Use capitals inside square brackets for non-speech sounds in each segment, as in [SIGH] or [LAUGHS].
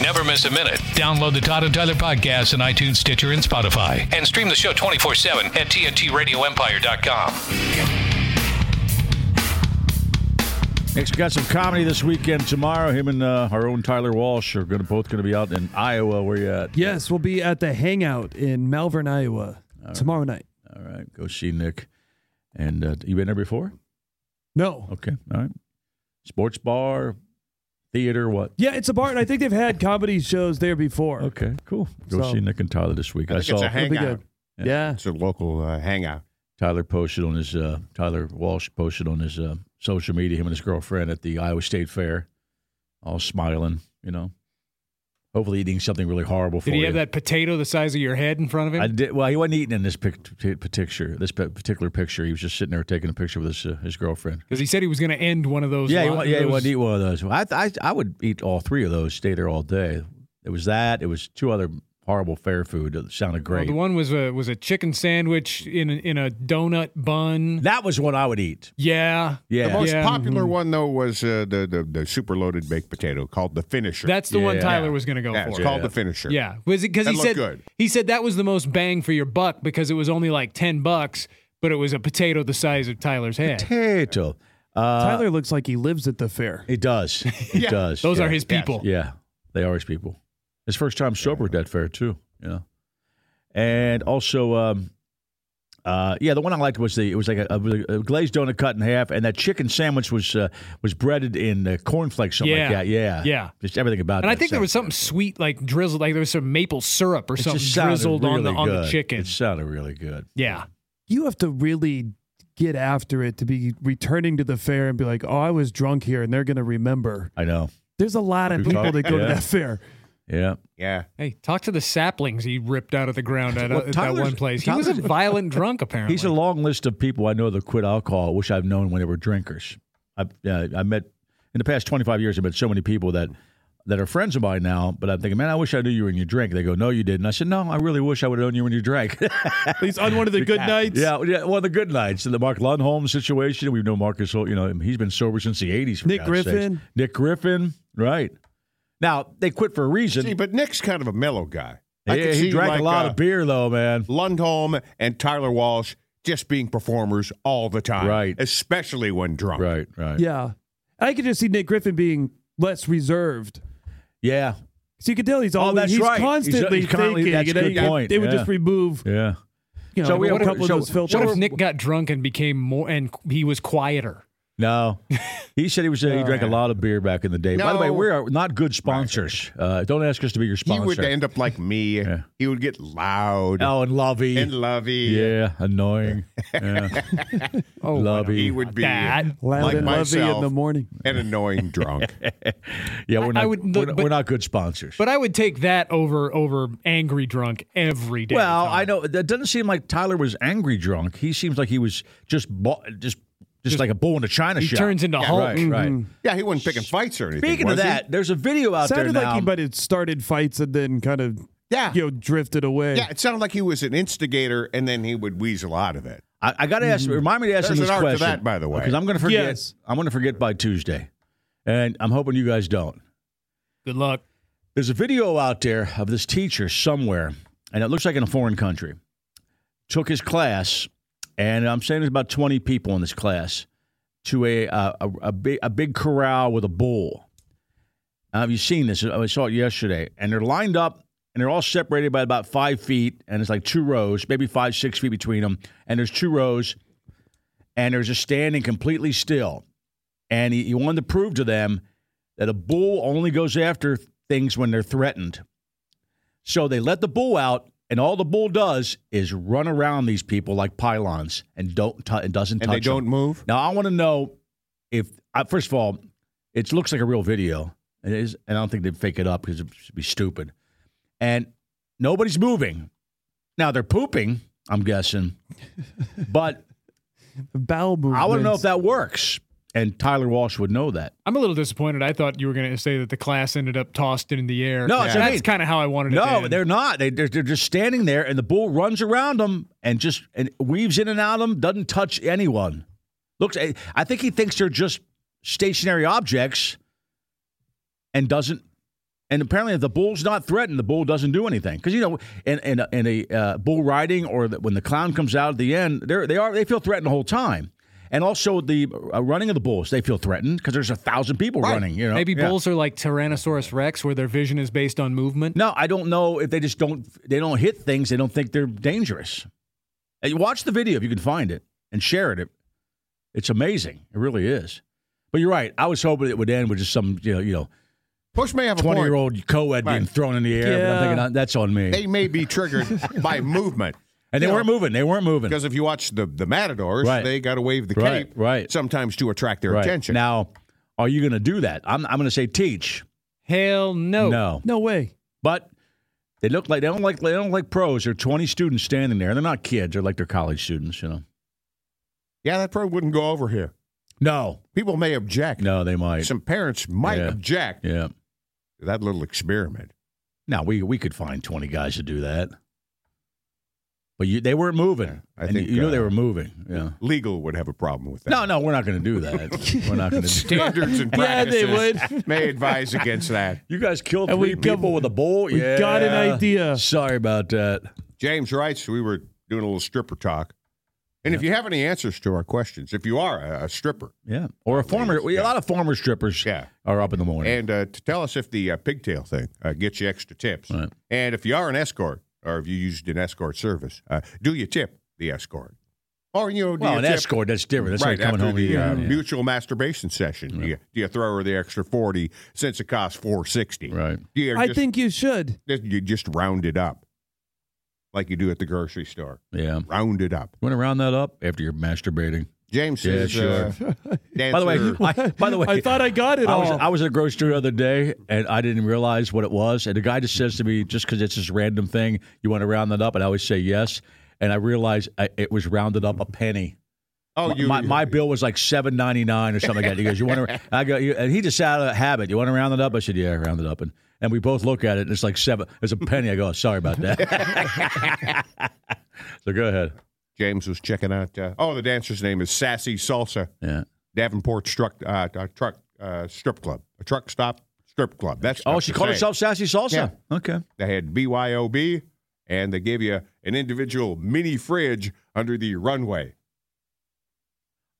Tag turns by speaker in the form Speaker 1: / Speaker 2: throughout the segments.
Speaker 1: never miss a minute.
Speaker 2: Download the Todd and Tyler podcast on iTunes, Stitcher, and Spotify.
Speaker 1: And stream the show 24 7 at TNTRadioEmpire.com.
Speaker 3: Next, we got some comedy this weekend. Tomorrow, him and uh, our own Tyler Walsh are gonna both gonna be out in Iowa. Where you at?
Speaker 4: Yes, we'll be at the Hangout in Malvern, Iowa tomorrow night.
Speaker 3: All right, go see Nick. And uh, you been there before?
Speaker 4: No.
Speaker 3: Okay, all right. Sports bar, theater, what?
Speaker 4: Yeah, it's a bar, and I think they've had comedy shows there before.
Speaker 3: Okay, cool. Go
Speaker 4: So-
Speaker 3: see Nick and Tyler this week. I,
Speaker 5: I think
Speaker 3: saw
Speaker 5: it's a
Speaker 4: It'll be
Speaker 5: hangout.
Speaker 4: good. Yeah.
Speaker 5: It's a local uh, hangout.
Speaker 3: Tyler posted on his uh, Tyler Walsh posted on his uh, social media him and his girlfriend at the Iowa State Fair, all smiling, you know. Hopefully eating something really horrible for
Speaker 6: Did he
Speaker 3: you.
Speaker 6: have that potato the size of your head in front of him?
Speaker 3: I did. Well, he wasn't eating in this pic- t- picture. This pa- particular picture, he was just sitting there taking a picture with his uh, his girlfriend.
Speaker 6: Because he said he was going to end one of those.
Speaker 3: yeah, he,
Speaker 6: lo-
Speaker 3: wa- yeah, he
Speaker 6: those-
Speaker 3: wanted to eat one of those. I, I I would eat all three of those. Stay there all day. It was that. It was two other horrible fair food that sounded
Speaker 6: well,
Speaker 3: great.
Speaker 6: the one was a was a chicken sandwich in a, in a donut bun.
Speaker 3: that was what I would eat.
Speaker 6: Yeah,
Speaker 3: Yeah.
Speaker 5: The most
Speaker 6: Yeah. mm-hmm.
Speaker 5: popular one though was uh, the, the the super loaded baked potato called the finisher.
Speaker 6: that's the one
Speaker 3: Yeah.
Speaker 6: Tyler was going to go
Speaker 5: yeah,
Speaker 6: for.
Speaker 5: it's called the finisher.
Speaker 6: Yeah, was it because
Speaker 5: That
Speaker 6: he
Speaker 5: looked
Speaker 6: said
Speaker 5: good.
Speaker 6: he said that was the most bang for your buck because it was only like ten bucks, but it was a potato the size of Tyler's head.
Speaker 3: Potato. Uh,
Speaker 4: Tyler looks like he lives at the fair.
Speaker 3: It does.
Speaker 6: [LAUGHS]
Speaker 3: It does.
Speaker 6: Those
Speaker 3: yeah.
Speaker 6: are his people.
Speaker 3: Yeah, they are his people. His first time sober at that fair too. You know, and also, um, uh, yeah, the one I liked was the it was like a, a glazed donut cut in half, and that chicken sandwich was uh, was breaded in uh, cornflakes, something like
Speaker 6: Yeah.
Speaker 3: that. Yeah,
Speaker 6: Yeah.
Speaker 3: just everything about.
Speaker 6: And I
Speaker 3: that
Speaker 6: think there was
Speaker 3: sandwich.
Speaker 6: something sweet, like drizzled, like there was some maple syrup or
Speaker 3: It
Speaker 6: something
Speaker 3: just sounded
Speaker 6: drizzled on the
Speaker 3: really
Speaker 6: on the
Speaker 3: good.
Speaker 6: chicken.
Speaker 3: It sounded really good.
Speaker 6: yeah,
Speaker 4: You have to really get after it to be returning to the fair and be like, oh, I was drunk here, and they're going to remember.
Speaker 3: I know.
Speaker 4: There's a lot of
Speaker 3: We've
Speaker 4: people
Speaker 3: talked-
Speaker 4: that go
Speaker 3: yeah.
Speaker 4: to that fair.
Speaker 3: Yeah,
Speaker 5: yeah.
Speaker 6: Hey, talk to the saplings he ripped out of the ground at,
Speaker 3: Well,
Speaker 6: at that
Speaker 3: Tyler's-
Speaker 6: one place. He was a
Speaker 3: Tyler's- [LAUGHS]
Speaker 6: violent drunk, apparently.
Speaker 3: He's a long list of people I know that quit alcohol, which I've known when they were drinkers. I've, uh, I met in the past 25 years, I've met so many people that that are friends of mine now, but I'm thinking, man, I wish I knew you when you drank. They go, no, you didn't. I said, no, I really wish I would have known you when [LAUGHS] you drank.
Speaker 4: He's on one of the good nights.
Speaker 3: yeah, yeah, well, the good nights. The Mark Lundholm situation, we've known Marcus, so- you know, he's been sober since the 80s. For
Speaker 4: Nick
Speaker 3: God's sakes.
Speaker 4: Griffin.
Speaker 3: Nick Griffin, right. Now, they quit for a reason.
Speaker 5: See, but Nick's kind of a mellow guy. I
Speaker 3: yeah,
Speaker 5: could
Speaker 3: he
Speaker 5: see,
Speaker 3: drank
Speaker 5: like,
Speaker 3: a lot
Speaker 5: uh,
Speaker 3: of beer, though, man.
Speaker 5: Lundholm and Tyler Walsh just being performers all the time,
Speaker 3: Right.
Speaker 5: Especially when drunk.
Speaker 3: Right, right.
Speaker 4: Yeah. I could just see Nick Griffin being less reserved.
Speaker 3: Yeah,
Speaker 4: So you could tell he's
Speaker 3: Oh,
Speaker 4: all
Speaker 3: that's
Speaker 4: he's
Speaker 3: right. He's-
Speaker 4: constantly
Speaker 3: he's
Speaker 4: thinking.
Speaker 3: constantly- that's
Speaker 4: and
Speaker 3: a
Speaker 4: then
Speaker 3: good
Speaker 4: you-
Speaker 3: point,
Speaker 4: They would
Speaker 3: yeah.
Speaker 4: just remove
Speaker 3: yeah.
Speaker 4: you know,
Speaker 3: So we-
Speaker 4: a
Speaker 3: what if-
Speaker 4: couple of
Speaker 3: so-
Speaker 4: those
Speaker 3: so
Speaker 4: filters.
Speaker 6: what if Nick got drunk and became more, and he was quieter?
Speaker 3: No, he said he
Speaker 5: [LAUGHS]
Speaker 3: was. he drank a lot of beer back in the day. By the way,
Speaker 5: Oh, No.
Speaker 3: we are not good sponsors. Uh, don't ask us to be your
Speaker 5: He
Speaker 3: sponsor.
Speaker 5: would end up like me.
Speaker 3: [LAUGHS] Yeah.
Speaker 5: He would get loud
Speaker 3: oh, and Lovey.
Speaker 5: and lovey.
Speaker 3: yeah,
Speaker 5: [LAUGHS]
Speaker 3: annoying. Yeah.
Speaker 6: Oh,
Speaker 5: He
Speaker 3: Lovey.
Speaker 5: would be
Speaker 6: that.
Speaker 4: loud
Speaker 5: like
Speaker 4: and lovey in
Speaker 5: myself.
Speaker 4: the morning?
Speaker 5: an annoying drunk.
Speaker 3: [LAUGHS] Yeah, we're
Speaker 6: I-
Speaker 3: not.
Speaker 6: I would-
Speaker 3: we're,
Speaker 6: but-
Speaker 3: we're not good sponsors.
Speaker 6: But I would take that over over angry drunk every day.
Speaker 3: well,
Speaker 6: Tom.
Speaker 3: I know that doesn't seem like Tyler was angry drunk. He seems like he was just bo- just, just like a bull in a china
Speaker 6: He
Speaker 3: shop.
Speaker 6: turns into
Speaker 3: yeah,
Speaker 6: Hulk. Mm,
Speaker 3: Right, right.
Speaker 5: yeah, he wasn't picking fights or anything.
Speaker 3: Speaking of
Speaker 5: was he?
Speaker 3: that, there's a video out
Speaker 4: Sounded
Speaker 3: there
Speaker 4: like
Speaker 3: now.
Speaker 4: he might have started fights and then kind of
Speaker 5: yeah,
Speaker 4: you know drifted away.
Speaker 5: yeah, it sounded like he was an instigator, and then he would weasel out of it.
Speaker 3: I, got to ask. Remind me to ask
Speaker 5: Mm-hmm. There's
Speaker 3: him this
Speaker 5: an art to
Speaker 3: question.
Speaker 5: that, by the way.
Speaker 3: because I'm going to forget.
Speaker 4: Yes.
Speaker 3: I'm going to forget by Tuesday, and I'm hoping you guys don't.
Speaker 6: Good luck.
Speaker 3: There's a video out there of this teacher somewhere, and it looks like in a foreign country. Took his class, and I'm saying there's about 20 people in this class, to a uh, a, a, big, a big corral with a bull. Uh, Have you seen this? I saw it yesterday, and they're lined up, and they're all separated by about five feet, and it's like two rows, maybe five, six feet between them, and there's two rows, and they're just standing completely still, and he, he wanted to prove to them that a bull only goes after things when they're threatened. So they let the bull out, and all the bull does is run around these people like pylons and don't tou- and doesn't
Speaker 5: And
Speaker 3: touch
Speaker 5: they don't
Speaker 3: them.
Speaker 5: move.
Speaker 3: Now I want to know if I, first of all, it looks like a real video. It is, and I don't think they'd fake it up because it would be stupid. And nobody's moving. Now they're pooping, I'm guessing, but
Speaker 4: Bowel movements.
Speaker 3: I want to know if that works. And Tyler Walsh would know that.
Speaker 6: I'm a little disappointed. I thought you were going to say that the class ended up tossed in the air.
Speaker 3: No, it's
Speaker 6: that's
Speaker 3: what I mean.
Speaker 6: kind of how I wanted it. to
Speaker 3: No,
Speaker 6: end.
Speaker 3: they're not. They, they're, they're just standing there, and the bull runs around them and just and weaves in and out of them, doesn't touch anyone. Looks, I I think he thinks they're just stationary objects, and doesn't. And apparently, if the bull's not threatened, the bull doesn't do anything. Because you know, in in, in a uh, bull riding or the, when the clown comes out at the end, they they are they feel threatened the whole time. And also the uh, running of the bulls, they feel threatened because there's a thousand people running. You know,
Speaker 6: Maybe
Speaker 3: Yeah.
Speaker 6: bulls are like Tyrannosaurus Rex, where their vision is based on movement.
Speaker 3: No, I don't know if they just don't they don't hit things. They don't think they're dangerous. And you watch the video if you can find it and share it. It- It's amazing. It really is. But you're right. I was hoping it would end with just some you know you know
Speaker 5: Bush may have a
Speaker 3: twenty year
Speaker 5: point.
Speaker 3: old co-ed being
Speaker 5: Right.
Speaker 3: thrown in the air. But I'm thinking uh, that's on me.
Speaker 5: They may
Speaker 3: [LAUGHS]
Speaker 5: be triggered by movement.
Speaker 3: and they weren't moving. They weren't moving.
Speaker 5: Because if you watch the the Matadors,
Speaker 3: Right.
Speaker 5: they got to wave the
Speaker 3: Right,
Speaker 5: cape,
Speaker 3: right.
Speaker 5: Sometimes to attract their
Speaker 3: Right.
Speaker 5: attention.
Speaker 3: Now, are you going to do that? I'm I'm going to say teach.
Speaker 6: Hell no.
Speaker 3: No.
Speaker 4: No way.
Speaker 3: But they look like they don't like they don't like pros. There are 20 students standing there. They're not kids. They're like they're college students. You know.
Speaker 5: yeah, that probably wouldn't go over here.
Speaker 3: No.
Speaker 5: People may object.
Speaker 3: No, they might.
Speaker 5: Some parents might
Speaker 3: Yeah.
Speaker 5: object
Speaker 3: Yeah.
Speaker 5: to that little experiment.
Speaker 3: Now we we could find twenty guys to do that, but you, they weren't moving.
Speaker 5: I
Speaker 3: And
Speaker 5: think,
Speaker 3: you, you know they
Speaker 5: uh,
Speaker 3: were moving. Yeah.
Speaker 5: Legal would have a problem with that.
Speaker 3: No, no, we're not going to do
Speaker 5: [LAUGHS]
Speaker 3: that. we're not going to. do [LAUGHS]
Speaker 5: Standards and
Speaker 4: Yeah,
Speaker 5: practices
Speaker 4: they
Speaker 5: [LAUGHS] may advise against that.
Speaker 3: You guys killed
Speaker 4: And we
Speaker 3: three
Speaker 4: got-
Speaker 3: people with a bowl.
Speaker 4: we
Speaker 3: yeah.
Speaker 4: got an idea.
Speaker 3: Sorry about that.
Speaker 5: James writes, we were doing a little stripper talk. And if you have any answers to our questions, if you are a, a stripper,
Speaker 3: Yeah. Or a former. we- A lot of former strippers.
Speaker 5: Yeah.
Speaker 3: Are up in the morning.
Speaker 5: and uh, to tell us if the uh, pigtail thing uh, gets you extra tips,
Speaker 3: Right.
Speaker 5: and if you are an escort or if you used an escort service, uh, do you tip the escort? Or you know, do
Speaker 3: well,
Speaker 5: you
Speaker 3: an
Speaker 5: tip,
Speaker 3: escort that's different. That's
Speaker 5: right
Speaker 3: like coming
Speaker 5: after
Speaker 3: home.
Speaker 5: the
Speaker 3: to you.
Speaker 5: uh,
Speaker 3: Yeah.
Speaker 5: mutual masturbation session? Do, you, do you throw her the extra forty since it costs four sixty?
Speaker 3: Right.
Speaker 5: Do you
Speaker 4: I
Speaker 5: just,
Speaker 4: think you should.
Speaker 5: you just round it up like you do at the grocery store?
Speaker 3: Yeah.
Speaker 5: Round it up.
Speaker 3: You want to round that up after you're masturbating?
Speaker 5: James
Speaker 3: Yeah,
Speaker 5: says, uh,
Speaker 3: [LAUGHS] By the way,
Speaker 5: dancer-
Speaker 3: I, by the way,
Speaker 4: I thought I got it
Speaker 3: I
Speaker 4: all.
Speaker 3: was, I was at a grocery store the other day and I didn't realize what it was. And the guy just says to me, just because it's this random thing, you want to round that up? And I always say yes. And I realized I, it was rounded up a penny.
Speaker 5: oh,
Speaker 3: My-
Speaker 5: you,
Speaker 3: my,
Speaker 5: [LAUGHS]
Speaker 3: my bill was like seven ninety nine or something like that. He goes, "You want to?" I go, you, and he just out of habit. You want to round it up? I said, "Yeah, round it up." And and we both look at it, and it's like seven. It's a penny. I go, "Oh, "Sorry about that."
Speaker 5: [LAUGHS]
Speaker 3: so go ahead.
Speaker 5: James was checking out. Uh, oh, the dancer's name is Sassy Salsa.
Speaker 3: Yeah.
Speaker 5: Davenport struck uh, uh, truck uh, strip club, a truck stop strip club. That's
Speaker 3: Oh,
Speaker 5: tough
Speaker 3: she
Speaker 5: to
Speaker 3: called
Speaker 5: say.
Speaker 3: herself Sassy Salsa.
Speaker 5: Yeah.
Speaker 3: Okay.
Speaker 5: They had BYOB, and they gave you an individual mini fridge under the runway.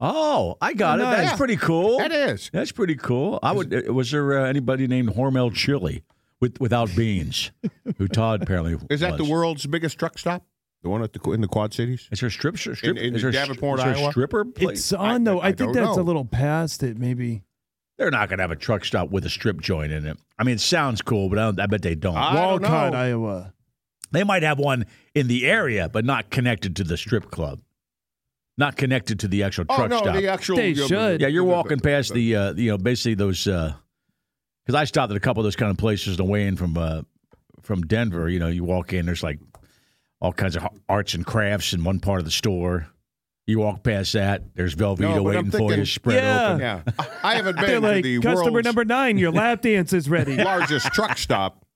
Speaker 3: Oh, I got it. That's
Speaker 5: Yeah.
Speaker 3: pretty cool.
Speaker 5: That is.
Speaker 3: That's pretty cool. I would. uh, Was there uh, anybody named Hormel Chili with without beans? who Todd apparently
Speaker 5: [LAUGHS] Is that the
Speaker 3: was.
Speaker 5: world's biggest truck stop? The one at the in the Quad Cities.
Speaker 3: Is there a strip? strip
Speaker 5: in
Speaker 3: is there a str-
Speaker 5: Davenport,
Speaker 3: is there a
Speaker 5: Iowa?
Speaker 3: stripper place?
Speaker 4: it's on though.
Speaker 5: I- I
Speaker 4: I, think
Speaker 5: don't
Speaker 4: that's
Speaker 5: know.
Speaker 4: a little past it. Maybe
Speaker 3: They're not going to have a truck stop with a strip joint in it. I mean, it sounds cool, but I, don't, I bet they don't.
Speaker 5: I don't
Speaker 4: Walcott,
Speaker 5: know.
Speaker 4: Iowa.
Speaker 3: they might have one in the area, but not connected to the strip club. Not connected to the actual
Speaker 5: oh
Speaker 3: truck
Speaker 5: no,
Speaker 3: stop.
Speaker 5: the actual.
Speaker 4: They
Speaker 5: the-
Speaker 4: should.
Speaker 3: Yeah, you're walking [LAUGHS] past the, uh, you know, basically those. Because I stopped at a couple of those kind of places on the way in from uh, from Denver. You know, you walk in, there's like all kinds of arts and crafts in one part of the store. You walk past that, there's Velveeta
Speaker 5: No, but I'm
Speaker 3: waiting for you,
Speaker 5: thinking-
Speaker 3: spread
Speaker 4: Yeah.
Speaker 3: open.
Speaker 5: Yeah, I haven't
Speaker 4: They're
Speaker 5: been to
Speaker 4: like
Speaker 5: the
Speaker 4: customer
Speaker 5: world's
Speaker 4: number nine. Your lap dance is ready.
Speaker 5: largest truck stop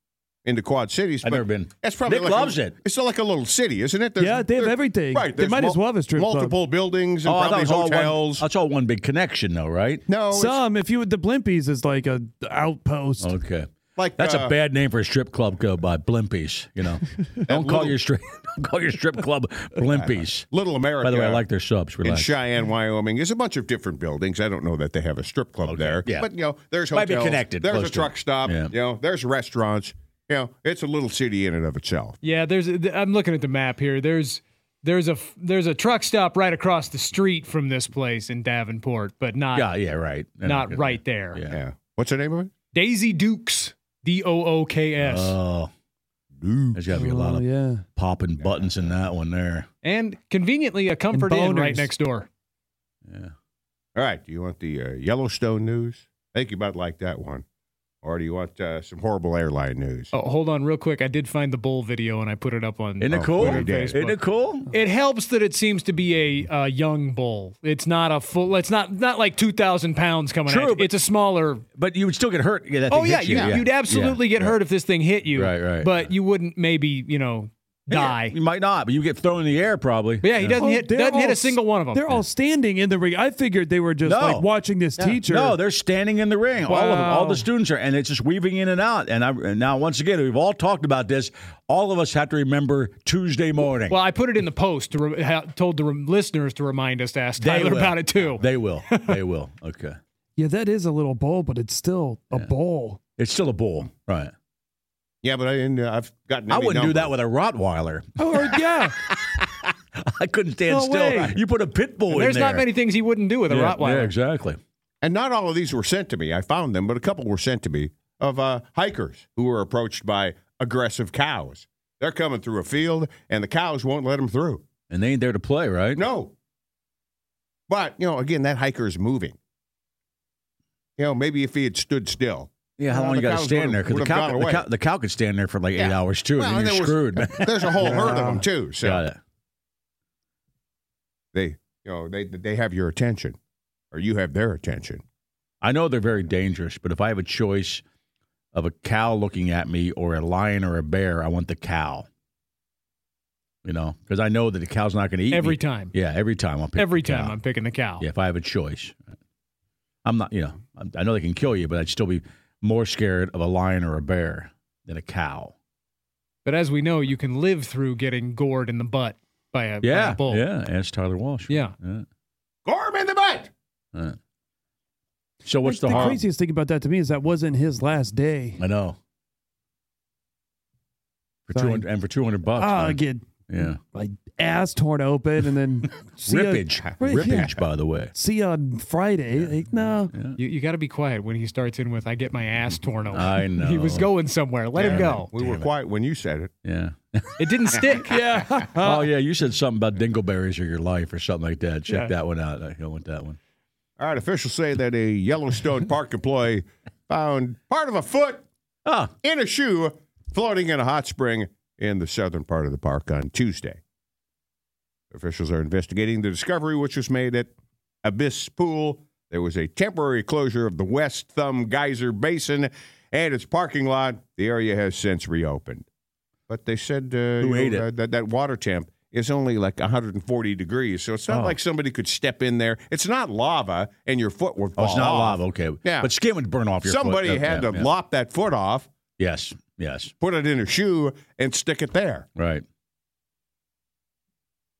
Speaker 5: in the Quad Cities.
Speaker 3: I've
Speaker 5: but
Speaker 3: never been.
Speaker 5: That's probably
Speaker 3: Nick
Speaker 5: like
Speaker 3: loves
Speaker 5: a,
Speaker 3: it.
Speaker 5: It's like a little city, isn't it?
Speaker 4: Yeah, they have
Speaker 5: there-
Speaker 4: everything.
Speaker 5: Right,
Speaker 4: They
Speaker 5: there's
Speaker 4: might as well have a strip club.
Speaker 5: multiple buildings and
Speaker 3: Oh, I thought it
Speaker 5: probably
Speaker 3: was all
Speaker 5: hotels.
Speaker 3: One, that's all one big connection, though, right?
Speaker 5: no, it's
Speaker 4: Some, if you the Blimpies is like a outpost.
Speaker 3: Okay.
Speaker 5: like
Speaker 3: That's
Speaker 5: uh,
Speaker 3: a bad name for a strip club go by Blimpies, you
Speaker 5: [LAUGHS]
Speaker 3: know. don't call
Speaker 5: little-
Speaker 3: your strip [LAUGHS] don't call your strip club
Speaker 5: [LAUGHS]
Speaker 3: Blimpies.
Speaker 5: Little America.
Speaker 3: By the way, I like their subs.
Speaker 5: in
Speaker 3: Relax.
Speaker 5: Cheyenne, Wyoming, there's a bunch of different buildings. I don't know that they have a strip club there,
Speaker 3: yeah.
Speaker 5: but you know, there's
Speaker 3: Might be
Speaker 5: hotels.
Speaker 3: connected,
Speaker 5: There's
Speaker 3: close
Speaker 5: a
Speaker 3: to
Speaker 5: truck
Speaker 3: it.
Speaker 5: stop.
Speaker 3: Yeah.
Speaker 5: You know, there's restaurants. You know, it's a little city in and of itself.
Speaker 6: Yeah, there's. th- I'm looking at the map here. There's there's a f- there's a truck stop right across the street from this place in Davenport, but not
Speaker 3: yeah, yeah, right. They're
Speaker 6: not
Speaker 3: gonna-
Speaker 6: right there.
Speaker 3: Yeah.
Speaker 5: Yeah. What's the name of it?
Speaker 6: Daisy Dukes, D O O K S,
Speaker 3: Oh, there's got to be a lot
Speaker 4: Oh,
Speaker 3: of
Speaker 4: yeah.
Speaker 3: popping buttons in that one there.
Speaker 6: and conveniently a Comfort Inn right
Speaker 4: boners.
Speaker 6: next door.
Speaker 5: All right. Do you want the uh, Yellowstone news? I think you might like that one. Or do you want uh, some horrible airline news?
Speaker 6: Oh, hold on, real quick. I did find the bull video and I put it up on.
Speaker 3: Isn't it
Speaker 5: Oh,
Speaker 3: cool?
Speaker 5: we did.
Speaker 3: Isn't it cool?
Speaker 6: It helps that it seems to be a, uh young bull. It's not a full. It's not not like two thousand pounds coming.
Speaker 3: True,
Speaker 6: at you.
Speaker 3: but-
Speaker 6: It's a smaller
Speaker 3: But you would still get hurt. Yeah, that
Speaker 6: Oh
Speaker 3: thing
Speaker 6: yeah,
Speaker 3: hits
Speaker 6: you,
Speaker 3: you.
Speaker 6: would absolutely get hurt if this thing hit you.
Speaker 3: Right, right.
Speaker 6: But you wouldn't maybe you know die.
Speaker 3: You might not, but you get thrown in the air probably.
Speaker 6: But yeah, he doesn't
Speaker 4: Oh,
Speaker 6: hit
Speaker 4: they're
Speaker 6: doesn't hit
Speaker 4: all
Speaker 6: a single one of them.
Speaker 4: They're all standing in the ring. I figured they were just
Speaker 3: No.
Speaker 4: like watching this teacher.
Speaker 3: No, they're standing in the ring. All of them, all
Speaker 6: Wow.
Speaker 3: the students are, and it's just weaving in and out. And, I, and now, once again, we've all talked about this. All of us have to remember Tuesday morning.
Speaker 6: well, I put it in the post to re- ha- told the re- listeners to remind us to ask
Speaker 3: They
Speaker 6: Tyler
Speaker 3: will.
Speaker 6: about it too.
Speaker 3: they
Speaker 6: [LAUGHS]
Speaker 3: will. They will. Okay.
Speaker 4: yeah, that is a little bowl, but it's still
Speaker 3: [LAUGHS]
Speaker 4: a bowl.
Speaker 3: It's still a bull, right?
Speaker 5: Yeah, but I didn't, uh, I've gotten.
Speaker 3: I
Speaker 5: any
Speaker 3: wouldn't do
Speaker 5: number.
Speaker 3: that with a Rottweiler. [LAUGHS]
Speaker 4: Oh, or- [LAUGHS] yeah.
Speaker 3: I couldn't stand
Speaker 4: No
Speaker 3: still.
Speaker 4: way.
Speaker 3: You put a pit bull in
Speaker 6: There's
Speaker 3: there.
Speaker 6: not many things he wouldn't do with a
Speaker 3: yeah,
Speaker 6: Rottweiler.
Speaker 3: Yeah, exactly.
Speaker 5: And not all of these were sent to me. I found them, but a couple were sent to me of uh, hikers who were approached by aggressive cows. They're coming through a field, and the cows won't let them through.
Speaker 3: And they ain't there to play, right?
Speaker 5: No. But, you know, again, that hiker's moving. You know, maybe if he had stood still.
Speaker 3: Yeah, how
Speaker 5: Well,
Speaker 3: long you
Speaker 5: the
Speaker 3: got to
Speaker 5: cows
Speaker 3: stand
Speaker 5: would've-
Speaker 3: there? Because the
Speaker 5: would've
Speaker 3: cow,
Speaker 5: gone
Speaker 3: the,
Speaker 5: away.
Speaker 3: cow, the cow could stand there for like eight
Speaker 5: Yeah.
Speaker 3: hours too,
Speaker 5: Well,
Speaker 3: and then
Speaker 5: there
Speaker 3: you're
Speaker 5: was- [LAUGHS]
Speaker 3: screwed. man.
Speaker 5: There's a whole herd
Speaker 3: [LAUGHS]
Speaker 5: of them,
Speaker 4: Yeah.
Speaker 5: too. So
Speaker 3: Got it.
Speaker 5: they, you know, they, they have your attention, or you have their attention.
Speaker 3: I know they're very dangerous, but if I have a choice of a cow looking at me or a lion or a bear, I want the cow. You know, because I know that the cow's not going to eat
Speaker 6: Every
Speaker 3: me.
Speaker 6: time.
Speaker 3: Yeah, every time I'll pick
Speaker 6: Every
Speaker 3: the
Speaker 6: time
Speaker 3: cow.
Speaker 6: I'm picking the cow.
Speaker 3: Yeah, if I have a choice, I'm not. You know, I'm- I know they can kill you, but I'd still be more scared of a lion or a bear than a cow.
Speaker 6: But as we know, you can live through getting gored in the butt by a, by a
Speaker 3: Yeah,
Speaker 6: bull.
Speaker 3: yeah. Ask Tyler Walsh.
Speaker 6: Yeah.
Speaker 5: Gorm in the butt!
Speaker 3: yeah. So what's the,
Speaker 4: the
Speaker 3: harm?
Speaker 4: craziest thing about that to me is that wasn't his last day.
Speaker 3: I know. For
Speaker 4: Sorry.
Speaker 3: two hundred and for two hundred bucks.
Speaker 4: Ah,
Speaker 3: man.
Speaker 4: get
Speaker 3: oh, Yeah.
Speaker 4: like ass torn open
Speaker 3: [LAUGHS]
Speaker 4: and then see ya-
Speaker 3: Rippage.
Speaker 4: [LAUGHS] Right,
Speaker 3: Rippage,
Speaker 4: yeah.
Speaker 3: by the way.
Speaker 4: see ya on Friday. Like, no, [LAUGHS]
Speaker 6: You, you got to be quiet when he starts in with, I get my ass torn open.
Speaker 3: I know.
Speaker 6: [LAUGHS] He was going somewhere. Let him go.
Speaker 5: We were quiet when you said it.
Speaker 3: [LAUGHS] Yeah.
Speaker 6: It
Speaker 3: [LAUGHS]
Speaker 6: didn't stick. yeah.
Speaker 3: oh, yeah. You said something about dingleberries or your life or something like that. Check that one out. I I want that one.
Speaker 5: All right, officials say that a Yellowstone [LAUGHS] Park employee found part of a foot
Speaker 3: Ah,
Speaker 5: in a shoe floating in a hot spring in the southern part of the park on Tuesday. Officials are investigating the discovery, which was made at Abyss Pool. There was a temporary closure of the West Thumb Geyser Basin and its parking lot. The area has since reopened. But they said uh, you
Speaker 3: ate
Speaker 5: know,
Speaker 3: it?
Speaker 5: uh, That, that water temp is only like 140 degrees. So it's not
Speaker 3: Oh.
Speaker 5: like somebody could step in there. It's not lava and your foot would fall
Speaker 3: oh, it's not
Speaker 5: off.
Speaker 3: lava. Okay.
Speaker 5: Yeah.
Speaker 3: But skin would burn off your foot.
Speaker 5: Somebody
Speaker 3: Yeah,
Speaker 5: had
Speaker 3: yeah,
Speaker 5: to
Speaker 3: yeah.
Speaker 5: lop that foot off
Speaker 3: Yes. Yes.
Speaker 5: put it in a shoe and stick it there.
Speaker 3: Right.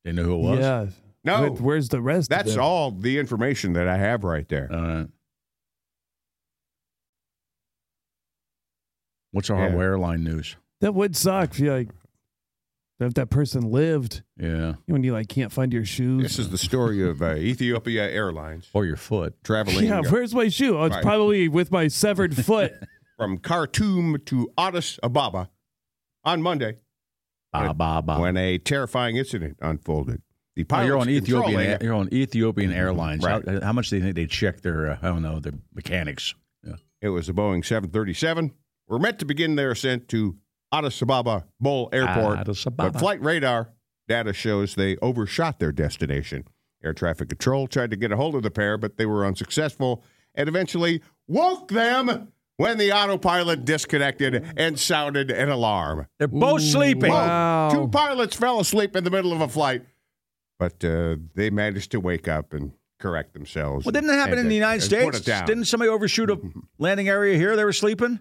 Speaker 3: They know who it was?
Speaker 4: yeah.
Speaker 5: No,
Speaker 4: Where- where's the rest?
Speaker 5: that's
Speaker 4: of them?
Speaker 5: all the information that I have right there.
Speaker 3: All right. What's our
Speaker 5: Yeah.
Speaker 3: airline news?
Speaker 4: That would suck if you like if that person lived
Speaker 3: Yeah.
Speaker 4: when you like can't find your shoes.
Speaker 5: This is the story of uh, Ethiopia Airlines
Speaker 3: Or your foot.
Speaker 4: [LAUGHS]
Speaker 5: traveling
Speaker 4: yeah,
Speaker 5: uh,
Speaker 4: where's my shoe? Oh, it's
Speaker 5: Right.
Speaker 4: probably with my
Speaker 3: [LAUGHS]
Speaker 4: severed foot.
Speaker 5: from Khartoum to Addis Ababa on Monday
Speaker 3: Ba, ba, ba.
Speaker 5: when a terrifying incident unfolded. The
Speaker 3: Oh,
Speaker 5: pilot
Speaker 3: you're on Ethiopian.
Speaker 5: Controlling,
Speaker 3: You're on Ethiopian Airlines.
Speaker 5: Right.
Speaker 3: How, how much do you think they check their? Uh, I don't know their mechanics.
Speaker 5: it was a Boeing 737. Were meant to begin their ascent to Addis Ababa Bull Airport,
Speaker 3: Addis Ababa.
Speaker 5: but flight radar data shows they overshot their destination. Air traffic control tried to get a hold of the pair, but they were unsuccessful and eventually woke them when the autopilot disconnected and sounded an alarm.
Speaker 3: They're both sleeping.
Speaker 5: Whoa,
Speaker 4: Wow.
Speaker 5: Two pilots fell asleep in the middle of a flight, but uh, they managed to wake up and correct themselves.
Speaker 3: Well, didn't that happen
Speaker 5: and-
Speaker 3: in the
Speaker 5: and-
Speaker 3: United
Speaker 5: and put
Speaker 3: States?
Speaker 5: it down.
Speaker 3: Didn't somebody overshoot a landing area here? They were sleeping.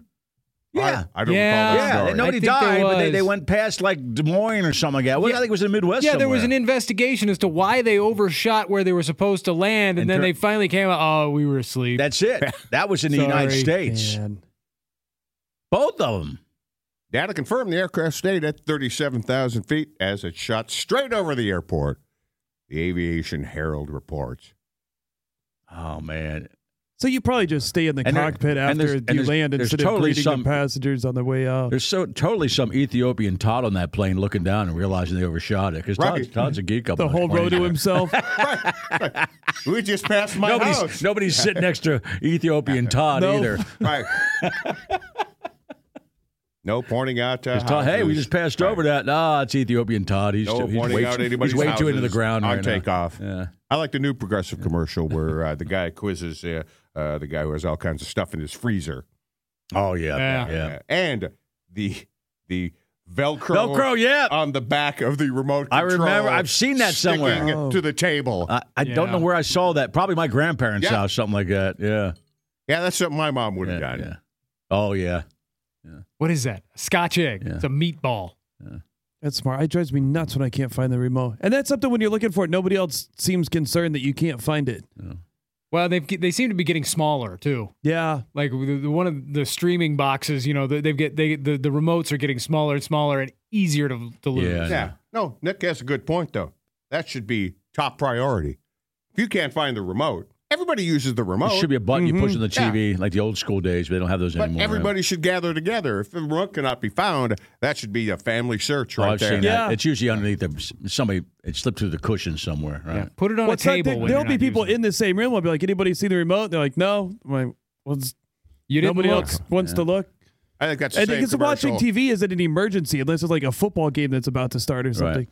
Speaker 3: Yeah.
Speaker 5: I, I don't
Speaker 6: Yeah.
Speaker 5: recall that
Speaker 3: yeah,
Speaker 5: story.
Speaker 3: nobody
Speaker 6: I think there
Speaker 3: died, but they, they
Speaker 6: was.
Speaker 3: went past like Des Moines or something like that. Well, I
Speaker 6: Yeah.
Speaker 3: think it was in the Midwest.
Speaker 6: Yeah, there was an
Speaker 3: somewhere.
Speaker 6: investigation as to why they overshot where they were supposed to land, and,
Speaker 3: And
Speaker 6: then
Speaker 3: tur-
Speaker 6: they finally came out. Oh, we were asleep.
Speaker 3: That's it. That was in the United
Speaker 6: Sorry.
Speaker 3: States.
Speaker 4: Man.
Speaker 3: Both of them.
Speaker 5: Data confirmed the aircraft stayed at 37,000 feet as it shot straight over the airport. The Aviation Herald reports.
Speaker 3: Oh man.
Speaker 4: So you probably just stay in the
Speaker 3: And there-
Speaker 4: cockpit
Speaker 3: and there's-
Speaker 4: after
Speaker 3: and
Speaker 4: you
Speaker 3: there's-
Speaker 4: land
Speaker 3: there's
Speaker 4: instead
Speaker 3: totally
Speaker 4: of greeting
Speaker 3: some-
Speaker 4: the passengers on the way out.
Speaker 3: There's so totally some Ethiopian Todd on that plane looking down and realizing they overshot it because Todd's,
Speaker 5: Right.
Speaker 3: Todd's a geek up
Speaker 4: The
Speaker 3: on
Speaker 4: whole
Speaker 3: planes.
Speaker 4: row to himself.
Speaker 5: [LAUGHS] We just passed
Speaker 3: [LAUGHS]
Speaker 5: my
Speaker 3: nobody's
Speaker 5: house.
Speaker 3: nobody's sitting next to
Speaker 5: [LAUGHS]
Speaker 3: Ethiopian Todd
Speaker 4: No.
Speaker 3: either.
Speaker 5: Right. no pointing out. Uh,
Speaker 3: 'Cause Todd, hey, we
Speaker 5: houses.
Speaker 3: just passed
Speaker 5: Right.
Speaker 3: over that. Nah, it's Ethiopian Todd. He's,
Speaker 5: No
Speaker 3: too- he's
Speaker 5: pointing
Speaker 3: way,
Speaker 5: out
Speaker 3: too-
Speaker 5: anybody's
Speaker 3: he's way too into the
Speaker 5: houses
Speaker 3: ground
Speaker 5: on
Speaker 3: right now.
Speaker 5: takeoff.
Speaker 3: Yeah.
Speaker 5: I like the new progressive
Speaker 3: [LAUGHS]
Speaker 5: commercial where uh, the guy quizzes uh, uh, the guy who has all kinds of stuff in his freezer.
Speaker 3: Oh yeah,
Speaker 6: Yeah.
Speaker 3: yeah.
Speaker 5: Uh, and Uh, the the Velcro,
Speaker 3: Velcro, yeah.
Speaker 5: on the back of the remote
Speaker 3: I
Speaker 5: control.
Speaker 3: remember- I've seen that somewhere. Uh,
Speaker 5: sticking To the table.
Speaker 3: I, I don't
Speaker 6: Yeah.
Speaker 3: know where I saw that. Probably my grandparents'
Speaker 5: Yeah.
Speaker 3: house, something like that. Yeah.
Speaker 5: yeah, that's something my mom would have
Speaker 3: yeah,
Speaker 5: done.
Speaker 3: yeah. Oh yeah.
Speaker 6: What is that? Scotch egg.
Speaker 3: Yeah.
Speaker 6: It's a meatball.
Speaker 4: That's smart. It drives me nuts when I can't find the remote. And that's something when you're looking for it, nobody else seems concerned that you can't find it.
Speaker 6: Well, they they seem to be getting smaller too.
Speaker 4: Yeah.
Speaker 6: Like the, the, one of the streaming boxes, you know, they, they've get they the, the remotes are getting smaller and smaller and easier to, to lose.
Speaker 3: Yeah. I
Speaker 5: Yeah. No, Nick has a good point, though. That should be top priority. If you can't find the remote, everybody uses the remote.
Speaker 3: There should be a button you push on the
Speaker 5: mm-hmm. Yeah.
Speaker 3: TV, like the old school days, but they don't have those
Speaker 5: but
Speaker 3: anymore. right?
Speaker 5: everybody should gather together. If the remote cannot be found, that should be a family search
Speaker 3: Oh,
Speaker 5: right
Speaker 3: I've
Speaker 5: there.
Speaker 3: seen
Speaker 4: Yeah.
Speaker 3: that. It's usually underneath the somebody. It slipped through the cushion somewhere, right?
Speaker 6: Put it on
Speaker 4: What's
Speaker 6: a table.
Speaker 4: Not,
Speaker 6: when
Speaker 4: there'll
Speaker 6: you're
Speaker 4: be
Speaker 6: not
Speaker 4: people
Speaker 6: using it.
Speaker 4: in the same room. I'll be like, anybody see the remote? They're like, no. I'm like, well, it's-
Speaker 6: You didn't
Speaker 4: nobody
Speaker 6: look.
Speaker 4: else wants to look.
Speaker 5: I think that's the
Speaker 4: I
Speaker 5: same
Speaker 4: think it's
Speaker 5: commercial.
Speaker 4: watching TV is it an emergency unless it's like a football game that's about to start or something.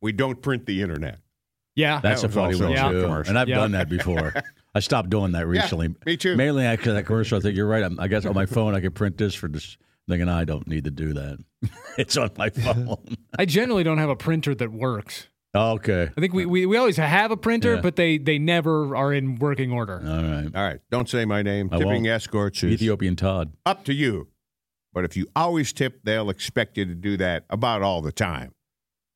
Speaker 5: We don't print the internet.
Speaker 6: Yeah.
Speaker 3: That's
Speaker 5: That
Speaker 3: a
Speaker 5: was
Speaker 3: funny
Speaker 5: also
Speaker 3: one
Speaker 6: a
Speaker 3: too,
Speaker 5: commercial.
Speaker 3: and I've
Speaker 6: Yeah.
Speaker 3: done that
Speaker 5: [LAUGHS]
Speaker 3: before. I stopped doing that
Speaker 5: Yeah,
Speaker 3: recently.
Speaker 5: me too.
Speaker 3: Mainly because that commercial. I think you're right. I'm, I guess on my phone I could print this for this thing, and I don't need to do that. [LAUGHS] it's on
Speaker 5: [LAUGHS]
Speaker 3: my phone.
Speaker 6: I generally don't have a printer that works.
Speaker 3: okay.
Speaker 6: I think we, we, we always have a printer,
Speaker 3: Yeah.
Speaker 6: but they, they never are in working order.
Speaker 3: All right.
Speaker 5: All right, don't say my name.
Speaker 3: I
Speaker 5: Tipping
Speaker 3: won't.
Speaker 5: escorts is
Speaker 3: Ethiopian Todd.
Speaker 5: up to you. But if you always tip, they'll expect you to do that about all the time.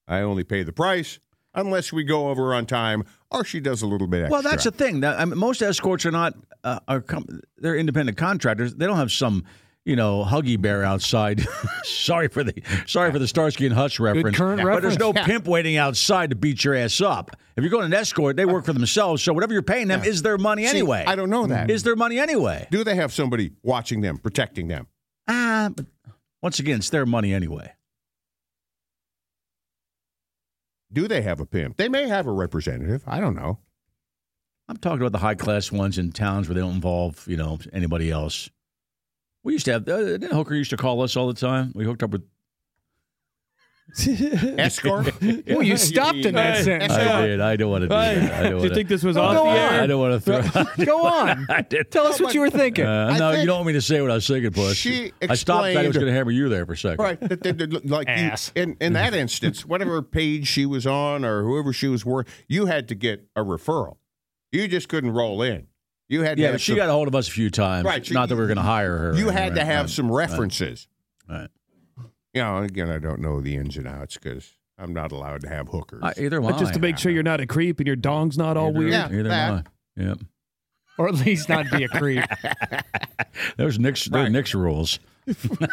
Speaker 5: I only pay the price unless we go over on time or she does a little bit extra.
Speaker 3: Well, that's the thing. That, I mean, most escorts are not uh, are com- they're independent contractors. They don't have some you know huggy bear outside. [LAUGHS] sorry for the sorry for the Starsky and Hutch reference.
Speaker 6: current
Speaker 3: but there's no
Speaker 6: reference.
Speaker 3: pimp waiting outside to beat your ass up. If you're going an escort, they work for themselves. So whatever you're paying them is their money
Speaker 5: See,
Speaker 3: anyway.
Speaker 5: I don't know that.
Speaker 3: Is their money anyway?
Speaker 5: do they have somebody watching them, protecting them?
Speaker 3: Ah, but once again, it's their money anyway.
Speaker 5: Do they have a pimp? They may have a representative. I don't
Speaker 6: [LAUGHS]
Speaker 5: know.
Speaker 3: I'm talking about the high class ones in towns where they don't involve you know anybody else. We used to have. Uh, didn't Hooker used to call us all the time? We hooked up with
Speaker 4: [LAUGHS]
Speaker 5: Escort?
Speaker 6: [LAUGHS] Well, you stopped in that
Speaker 4: Hey.
Speaker 6: sentence.
Speaker 3: I did. I don't want to do
Speaker 4: Hey,
Speaker 3: that. I don't
Speaker 4: do
Speaker 3: want
Speaker 4: you
Speaker 3: to. [LAUGHS]
Speaker 4: think this was
Speaker 6: Go
Speaker 4: off the
Speaker 6: on.
Speaker 4: air?
Speaker 3: I don't want to throw.
Speaker 6: Go on.
Speaker 3: [LAUGHS] I did.
Speaker 6: Tell us what you were thinking.
Speaker 3: Uh, no,
Speaker 5: think
Speaker 3: you don't want me to say what I was thinking, Puss.
Speaker 5: she
Speaker 3: I stopped. I was
Speaker 5: explained-
Speaker 3: going to hammer you there for a second.
Speaker 5: Right. that they did, like you-
Speaker 6: Ass.
Speaker 5: in, in
Speaker 6: [LAUGHS]
Speaker 5: that instance, whatever page she was on or whoever she was worth, you had to get a referral. You just couldn't roll in. You had to
Speaker 3: Yeah,
Speaker 5: have
Speaker 3: but she
Speaker 5: some-
Speaker 3: got a hold of us a few times.
Speaker 5: Right, she-
Speaker 3: Not that we were going to hire her.
Speaker 5: you
Speaker 3: Right,
Speaker 5: had to
Speaker 3: right,
Speaker 5: have
Speaker 3: right,
Speaker 5: some references.
Speaker 3: Right.
Speaker 5: You know, again, I don't know the ins and outs because I'm not allowed to have hookers.
Speaker 3: Uh, either
Speaker 4: But
Speaker 3: one.
Speaker 4: just to make sure you're not a creep and your dong's not all weird.
Speaker 5: Yeah,
Speaker 3: Either
Speaker 5: that.
Speaker 3: one. Yep.
Speaker 6: Or at least not be
Speaker 4: [LAUGHS]
Speaker 6: a creep.
Speaker 3: There's Nick's. There are
Speaker 5: Right.
Speaker 3: Nick's rules. [LAUGHS]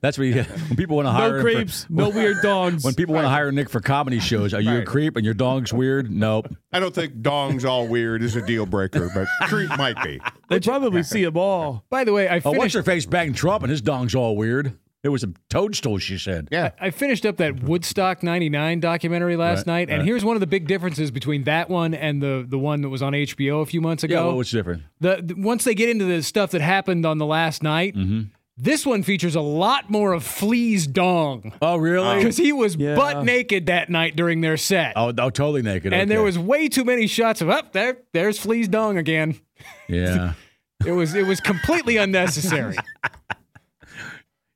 Speaker 3: That's what you, when people want to hire.
Speaker 4: No
Speaker 3: him for-
Speaker 4: [LAUGHS] creeps, no weird
Speaker 3: [LAUGHS]
Speaker 4: dogs.
Speaker 3: when people want to hire Nick for comedy shows, are you a
Speaker 5: Right.
Speaker 3: creep and your dog's weird? Nope.
Speaker 5: I don't think dong's all weird is a deal breaker, but creep
Speaker 3: [LAUGHS]
Speaker 5: might be.
Speaker 4: they probably see them all.
Speaker 6: By the way, I
Speaker 3: Oh, what's
Speaker 6: finished,
Speaker 3: her face banging Trump and his dog's all weird? It was a toadstool, she said.
Speaker 5: Yeah.
Speaker 6: I finished up that Woodstock 99 documentary last
Speaker 3: Right,
Speaker 6: night, and
Speaker 3: right.
Speaker 6: here's one of the big differences between that one and the, the one that was on HBO a few months
Speaker 3: Yeah,
Speaker 6: ago.
Speaker 3: well, what's different?
Speaker 6: the, the- once they get into the stuff that happened on the last night,
Speaker 3: Mm-hmm.
Speaker 6: this one features a lot more of Flea's dong
Speaker 3: Oh, really?
Speaker 6: because he was
Speaker 4: Yeah.
Speaker 6: butt naked that night during their set,
Speaker 3: Oh, oh, totally naked.
Speaker 6: and there
Speaker 3: okay.
Speaker 6: was way too many shots of up there. There's Flea's dong again.
Speaker 3: yeah,
Speaker 6: It was it was
Speaker 3: [LAUGHS]
Speaker 6: completely unnecessary.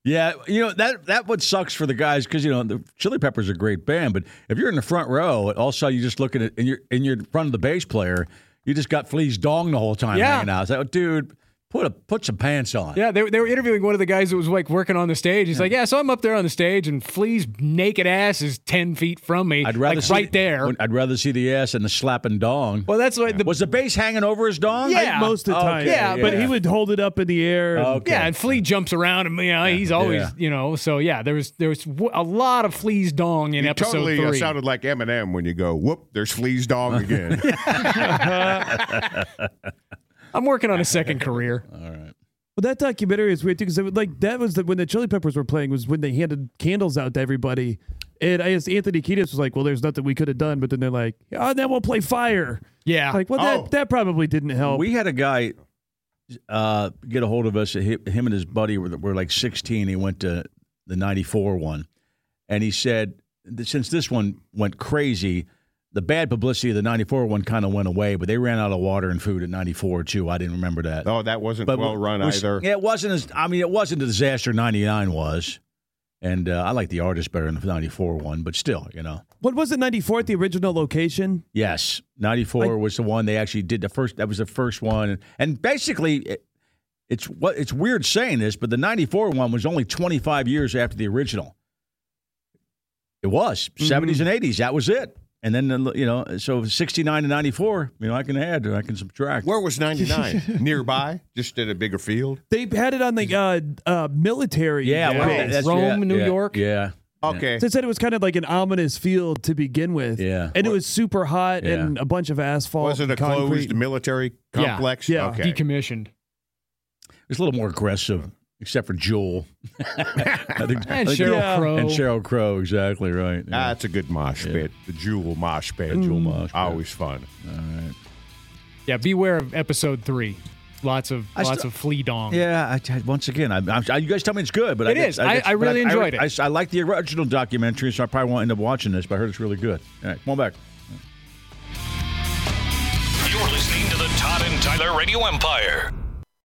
Speaker 3: yeah. You know that that what sucks for the guys because you know the Chili Peppers are a great band, but if you're in the front row, all of a sudden you're just looking at and you're and you're in front of the bass player, you just got fleas dong the whole time
Speaker 6: Yeah.
Speaker 3: hanging out. It's like, dude, put a put some pants on.
Speaker 6: Yeah, they, they were interviewing one of the guys that was like working on the stage. He's like, yeah, so I'm up there on the stage, and Flea's naked ass is ten feet from me.
Speaker 3: I'd rather
Speaker 6: like,
Speaker 3: see
Speaker 6: right there.
Speaker 3: I'd rather see the ass and the slapping dong.
Speaker 6: well, that's like the
Speaker 3: was the bass hanging over his dong?
Speaker 6: Yeah.
Speaker 4: Most of the
Speaker 3: Okay,
Speaker 4: time.
Speaker 6: yeah,
Speaker 4: But
Speaker 3: yeah.
Speaker 4: he would hold it up in the air. and-
Speaker 3: Okay.
Speaker 6: Yeah, and Flea jumps around, and you know, he's always,
Speaker 3: Yeah.
Speaker 6: you know, so yeah, there was there was w- a lot of Flea's dong in
Speaker 5: You
Speaker 6: episode
Speaker 5: totally uh,
Speaker 6: three.
Speaker 5: sounded like Eminem when you go, whoop, there's
Speaker 3: [LAUGHS]
Speaker 5: Flea's dong again.
Speaker 6: I'm working on
Speaker 3: [LAUGHS]
Speaker 6: a second career.
Speaker 4: Well, that documentary is weird too because like that was the, when the Chili Peppers were playing was when they handed candles out to everybody, and I guess Anthony Kiedis was like, "Well, there's nothing we could have done," but then they're like, "Oh, then we'll play fire."
Speaker 6: Yeah,
Speaker 4: Like, well,
Speaker 5: Oh.
Speaker 4: that that probably didn't help.
Speaker 3: We had a guy uh, get a hold of us. Hi- Him and his buddy were, were like 16. He went to the 94 one. And he said, that since this one went crazy, the bad publicity of the 94 one kind of went away, but they ran out of water and food at 94 too. I didn't remember that.
Speaker 5: oh, that wasn't
Speaker 3: but
Speaker 5: well run
Speaker 3: was-
Speaker 5: either.
Speaker 3: Yeah, it wasn't as, I mean, it wasn't a disaster 99 was. And uh, I like the artist better than the 94 one, but still, you know.
Speaker 4: What was it? Ninety four at the original location.
Speaker 3: Yes, 94 was the one they actually did the first that was the first one. And basically it, it's what it's weird saying this, but the 94 one was only 25 years after the original. It was
Speaker 5: Mm-hmm.
Speaker 3: 70s and 80s, that was it. And then the- you know, so 69 to 94, you know, I can add, I can subtract.
Speaker 5: Where
Speaker 3: [LAUGHS]
Speaker 5: was 99? Nearby? Just in a bigger field?
Speaker 4: They had it on the uh, uh, military.
Speaker 3: yeah,
Speaker 4: road.
Speaker 3: well, that's-
Speaker 6: Rome,
Speaker 3: yeah,
Speaker 6: New
Speaker 3: yeah,
Speaker 6: York.
Speaker 3: Yeah.
Speaker 5: Okay.
Speaker 4: They said it was kind of like an ominous field to begin with.
Speaker 3: Yeah.
Speaker 4: And it was super hot
Speaker 3: Yeah.
Speaker 4: and a bunch of asphalt.
Speaker 5: Was it
Speaker 4: and
Speaker 5: a
Speaker 4: concrete.
Speaker 5: closed military
Speaker 6: Yeah,
Speaker 5: complex?
Speaker 4: yeah,
Speaker 5: Okay.
Speaker 6: Decommissioned.
Speaker 3: It's a little more aggressive, except for Jewel. [LAUGHS] I think- I
Speaker 6: And
Speaker 3: think-
Speaker 6: Cheryl
Speaker 4: yeah.
Speaker 6: Crow.
Speaker 3: And Cheryl Crow, exactly right.
Speaker 5: Ah,
Speaker 3: Yeah.
Speaker 5: That's a good mosh pit. The jewel mosh pit.
Speaker 3: Jewel mosh pit.
Speaker 5: Always fun.
Speaker 6: Yeah, beware of episode three. Lots of
Speaker 3: I
Speaker 6: lots
Speaker 3: still-
Speaker 6: of flea dong.
Speaker 3: yeah, I, I- once again, I, I, you guys tell me it's good, but
Speaker 6: It
Speaker 3: I,
Speaker 6: is. I- I really
Speaker 3: but
Speaker 6: enjoyed
Speaker 3: I,
Speaker 6: it.
Speaker 3: I, I like the original documentary, so I probably won't end up watching this. But I heard it's really good. All right, come on back.
Speaker 1: You're listening to the Todd and Tyler Radio Empire.